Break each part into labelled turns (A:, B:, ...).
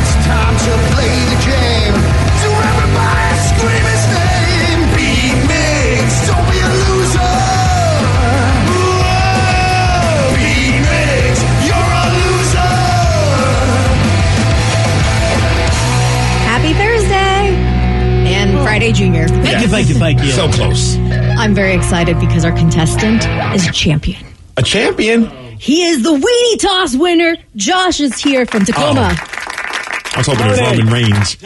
A: It's time to play the game. So everybody scream his name. B Migs. Don't be a loser. Whoa. B Migs. You're a loser.
B: Happy Thursday and Friday Junior.
C: Thank you, thank you, thank you.
D: So close.
B: I'm very excited because our contestant is a champion.
D: A champion?
B: He is the weenie toss winner. Josh is here from Tacoma.
D: I was hoping it was
C: Howdy.
D: Roman Reigns.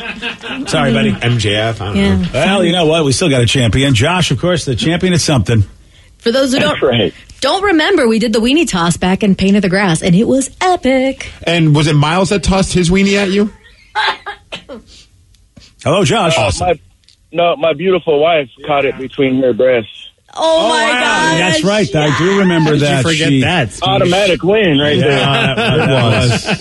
C: Sorry, buddy.
D: MJF, I don't know.
B: Yeah.
C: Mm. Well, you know what? We still got a champion. Josh, of course, the champion is something.
B: For those who don't don't remember, we did the weenie toss back in Pain of the Grass, and it was epic.
D: And was it Miles that tossed his weenie at you?
C: Hello, Josh.
D: Oh,
E: My, no, my beautiful wife caught it between her breasts.
B: Oh, my
C: Wow,
B: god!
C: That's right. I do remember that. She-
E: Automatic win right
C: Yeah,
E: there.
C: that-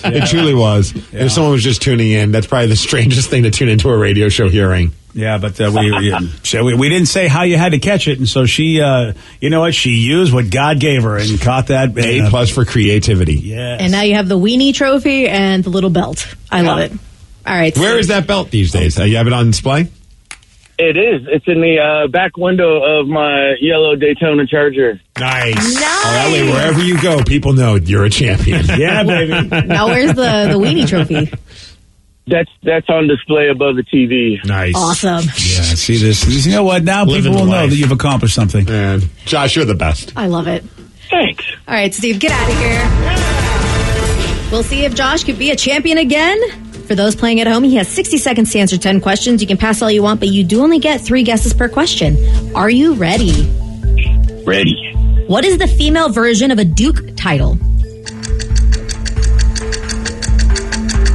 C: that
D: It was.
C: was.
D: It truly was. If someone was just tuning in, that's probably the strangest thing to tune into a radio show hearing.
C: Yeah, but uh, we, we, so we we didn't say how you had to catch it, and so she, uh, you know what? She used what God gave her and caught that.
D: A plus for creativity.
C: Yeah.
B: And now you have the weenie trophy and the little belt. I love it. All right.
D: Where
B: so-
D: is that belt these days? Uh, you have it on display?
E: It is. It's in the uh, back window of my yellow Daytona Charger.
D: Nice. Oh, that way,
B: Nice.
D: wherever you go, people know you're a champion.
C: Yeah, baby.
B: Now where's the the weenie trophy?
E: That's that's on display above the TV.
D: Nice.
B: Awesome.
D: Yeah, see this?
C: You know what? Now
D: Living
C: people will
D: the
C: know
D: life.
C: that you've accomplished something.
D: Man, Josh, you're the best.
B: I love it.
E: Thanks.
B: All right, Steve, get out of here. We'll see if Josh could be a champion again. For those playing at home, he has 60 seconds to answer 10 questions. You can pass all you want, but you do only get three guesses per question. Are you ready?
E: Ready.
B: What is the female version of a Duke title?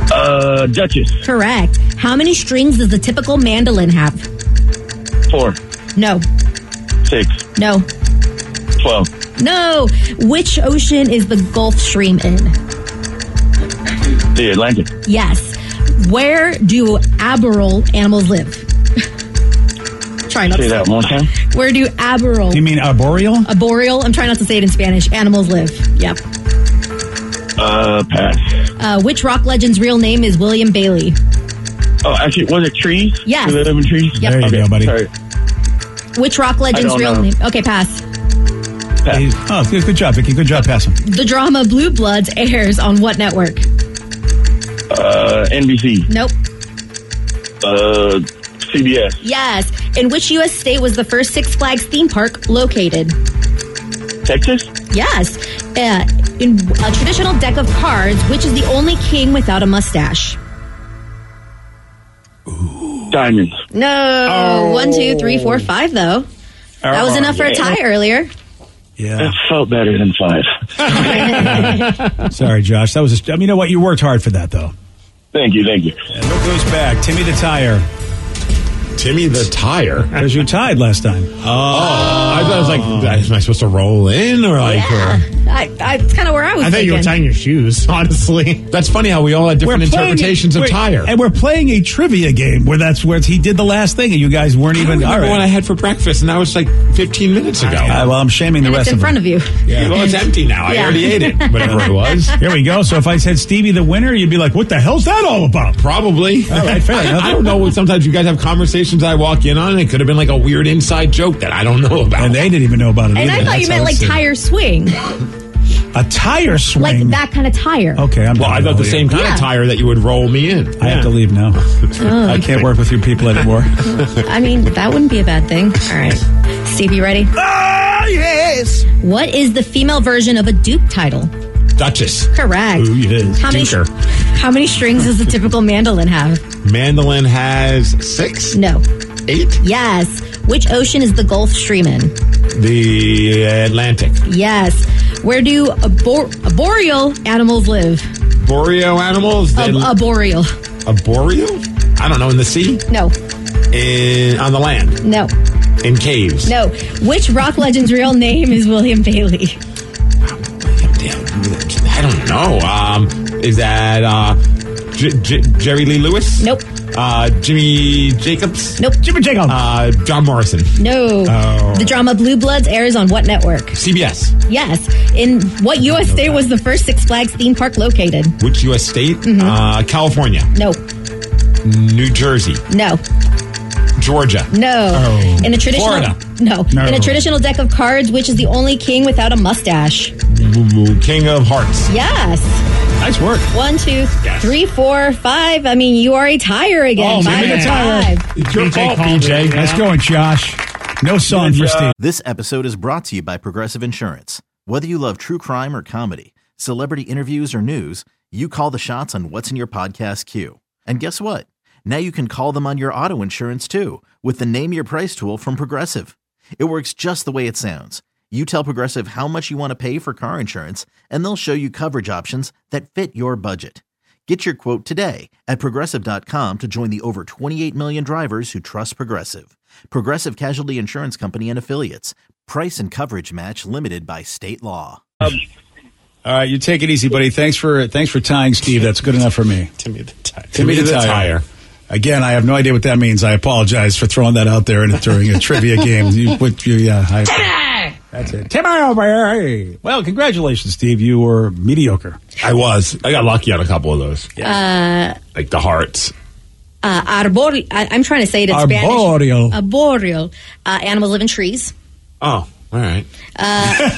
E: Uh, Duchess
B: Correct. How many strings does the typical mandolin have?
E: four
B: No,
E: six
B: no,
E: twelve
B: no. Which ocean is the Gulf Stream in?
E: the Atlantic
B: Yes. Where do aboral animals live? Try not
E: say
B: to
E: that one more time
B: Where do aboral
C: You mean arboreal?
B: Arboreal. I'm trying not to say it in Spanish. Animals live. Yep.
E: uh pass
B: Uh, which rock legend's real name is William Bailey?
E: oh actually was it trees
B: Yes.
E: Do they live in trees
B: Yep.
C: There you go, buddy.
E: sorry
B: Which rock legend's
E: don't
B: real
E: know.
B: name? Okay, pass.
E: pass.
C: Oh, good, good job, Vicky. Good job passing.
B: The drama Blue Bloods airs on what network?
E: uh NBC
B: Nope.
E: uh CBS
B: Yes. In which U.S. state was the first Six Flags theme park located?
E: Texas
B: Yes. Uh, in a traditional deck of cards, which is the only king without a mustache?
E: diamonds
B: No. One, two, three, four, five, though. That
C: Oh,
B: was enough for a tie earlier.
C: Yeah.
E: that felt better than five
C: Sorry, Josh. That was. A, I mean, you know what? You worked hard for that, though.
E: thank you thank you
C: And look who's back. Timmy the Tire.
D: Timmy the Tire.
C: Because you tied last time.
D: I thought I was like, am I supposed to roll in or like?
B: Yeah. I, I, that's kind of where I was
D: I thought you were
B: thinking.
D: tying your shoes, honestly. That's funny how we all had different
C: playing-
D: interpretations of
C: wait,
D: tire.
C: And we're playing a trivia game where that's where he did the last thing and you guys weren't even. all right.
D: had for breakfast, and that was like 15 minutes ago.
C: All right, well, I'm shaming the
B: And
C: rest
B: it's in
C: of
B: front
C: them.
B: of you.
D: Yeah. Well, it's empty now.
B: Yeah.
D: I already ate it, whatever it was.
C: Here we go. So if I said Stevie the winner, you'd be like, what the hell's that all about?
D: Probably.
C: All right, fair enough.
D: I don't know. Sometimes you guys have conversations I walk in on, and it could have been like a weird inside joke that I don't know about.
C: And they didn't even know about it
B: And I
C: either.
B: thought you meant
D: that's how
B: like
D: it's in-
B: tire swing,
C: A tire swing.
B: like that kind of tire.
C: Okay, I'm
D: well,
C: done
D: I thought
C: with
D: the
C: you.
D: same kind
B: Yeah.
D: of tire that you would roll me in.
C: I have to leave now. I can't work with you people anymore.
B: I mean, that wouldn't be a bad thing. All right. Steve, you ready?
C: ah, yes.
B: What is the female version of a Duke title?
D: Duchess.
B: Correct.
D: Ooh, yes.
B: How many,
D: Duker.
B: how many strings does a typical mandolin have?
D: Mandolin has six,
B: No.
D: eight.
B: Yes. Which ocean is the Gulf Stream in?
D: The Atlantic.
B: Yes. Where do abor- arboreal animals live?
D: Boreal animals.
B: Ab-
D: then-
B: arboreal.
D: a boreal? I don't know. In the sea?
B: No.
D: In on the land?
B: No.
D: In caves?
B: No. Which rock legend's real name is William Bailey?
D: Damn, I don't know. Um, is that uh, J- J- Jerry Lee Lewis?
B: Nope.
D: Uh, Jimmy Jacobs?
B: Nope.
C: Jimmy Jacob.
D: Uh, John Morrison.
B: No.
D: Oh.
B: The drama Blue Bloods airs on what network?
D: CBS.
B: Yes. In what U.S. state was the first Six Flags theme park located?
D: Which U.S. state?
A: Mm-hmm.
D: Uh, California.
B: No.
D: New Jersey.
B: No.
D: Georgia.
B: No.
D: Oh.
B: In a traditional
D: Florida.
B: No.
C: No.
B: In a traditional deck of cards, which is the only king without a mustache?
D: King of Hearts.
B: Yes.
C: nice work.
B: One, two,
D: Yes.
B: three, four, five. I mean, you are a tire again.
C: Oh,
B: five
C: man.
B: and
C: Tire.
B: five.
D: It's your fault, BJ.
C: Nice going, Josh. No song for Steve.
F: This episode is brought to you by Progressive Insurance. Whether you love true crime or comedy, celebrity interviews or news, you call the shots on what's in your podcast queue. And guess what? Now you can call them on your auto insurance too with the Name Your Price tool from Progressive. It works just the way it sounds. You tell Progressive how much you want to pay for car insurance, and they'll show you coverage options that fit your budget. Get your quote today at progressive.com to join the over 28 million drivers who trust Progressive. Progressive Casualty Insurance Company and Affiliates. Price and coverage match limited by state law.
C: All right, you take it easy, buddy. Thanks for thanks for tying Steve. That's good enough for me.
D: Timmy the Tire.
C: Timmy the Tire. Again, I have no idea what that means. I apologize for throwing that out there and during a trivia game. You, what you, yeah, I, That's it. Timmy over here. Hey. Well, congratulations, Steve. You were mediocre.
D: I was. I got lucky on a couple of those. like the hearts.
B: Uh, arboreal. I, I'm trying to say it in
C: Arboreal.
B: Spanish. Arboreal. Uh, animals live in trees.
D: Oh, all right.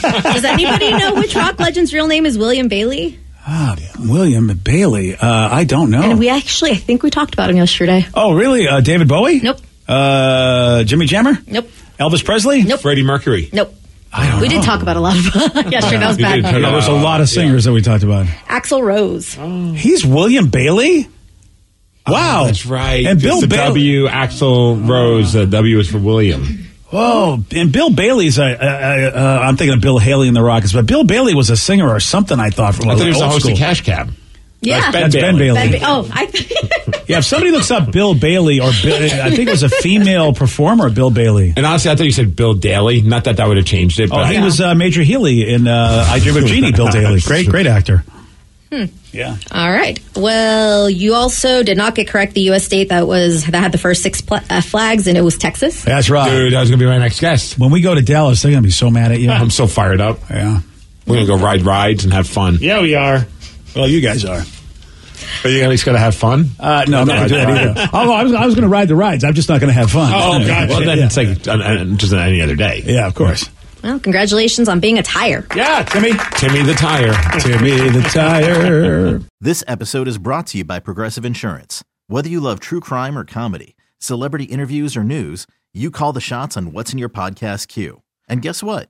B: Does anybody know which rock legend's real name is William Bailey?
C: Ah, William Bailey. Uh, I don't know.
B: And we actually, I think we talked about him yesterday.
C: oh, really? Uh, David Bowie?
B: Nope.
C: Uh, Jimmy Jammer?
B: Nope.
C: Elvis Presley?
B: Nope.
D: Freddie Mercury.
B: Nope.
C: I don't
B: We did
C: know.
B: talk about a lot of yesterday. That was
D: We did.
B: bad.
C: There was a lot of singers that we talked about.
B: Axel Rose.
C: He's William Bailey? Wow.
D: Oh, That's right.
C: And
D: It's
C: Bill
D: the
C: Bailey.
D: W. Axel Rose. The W is for William.
C: Whoa. And Bill Bailey's, uh, uh, uh, uh, I'm thinking of Bill Haley and the Rockets, but Bill Bailey was a singer or something, I thought. From
D: I thought he was
C: old
D: the host
C: school.
D: of Cash Cab.
B: Yeah.
D: Ben
C: That's Ben
D: Bailey.
C: Bailey.
B: Ben Ba- oh, I.
C: Yeah, if somebody looks up Bill Bailey or Bill, I think it was a female performer, Bill Bailey.
D: And honestly, I thought you said Bill Daly. Not that that would have changed it.
C: Oh,
D: but
C: he was uh, Major Healy in uh, I Dream of Jeannie, Bill Daly. Great, great actor. Yeah.
B: All right. Well, you also did not get correct the U.S. state that was that had the first six pl- uh, flags, and it was Texas.
C: That's right.
D: Dude, that was going to be my next guest.
C: When we go to Dallas, they're going to be so mad at you.
D: I'm so fired up.
C: yeah.
D: We're going to go ride rides and have fun.
G: Yeah, we are.
C: Well, you guys are.
D: Are you at least going to have fun?
C: Uh, no, I'm not going to do that either. Although I was, I was going to ride the rides. I'm just not going to have fun.
D: Oh, God. Well, then
C: yeah.
D: it's like an, an, just on any other day.
C: yeah, of course.
B: Well, congratulations on being a tire.
D: Yeah, Timmy. Timmy the tire.
C: Timmy the tire.
F: This episode is brought to you by Progressive Insurance. Whether you love true crime or comedy, celebrity interviews or news, you call the shots on what's in your podcast queue. And guess what?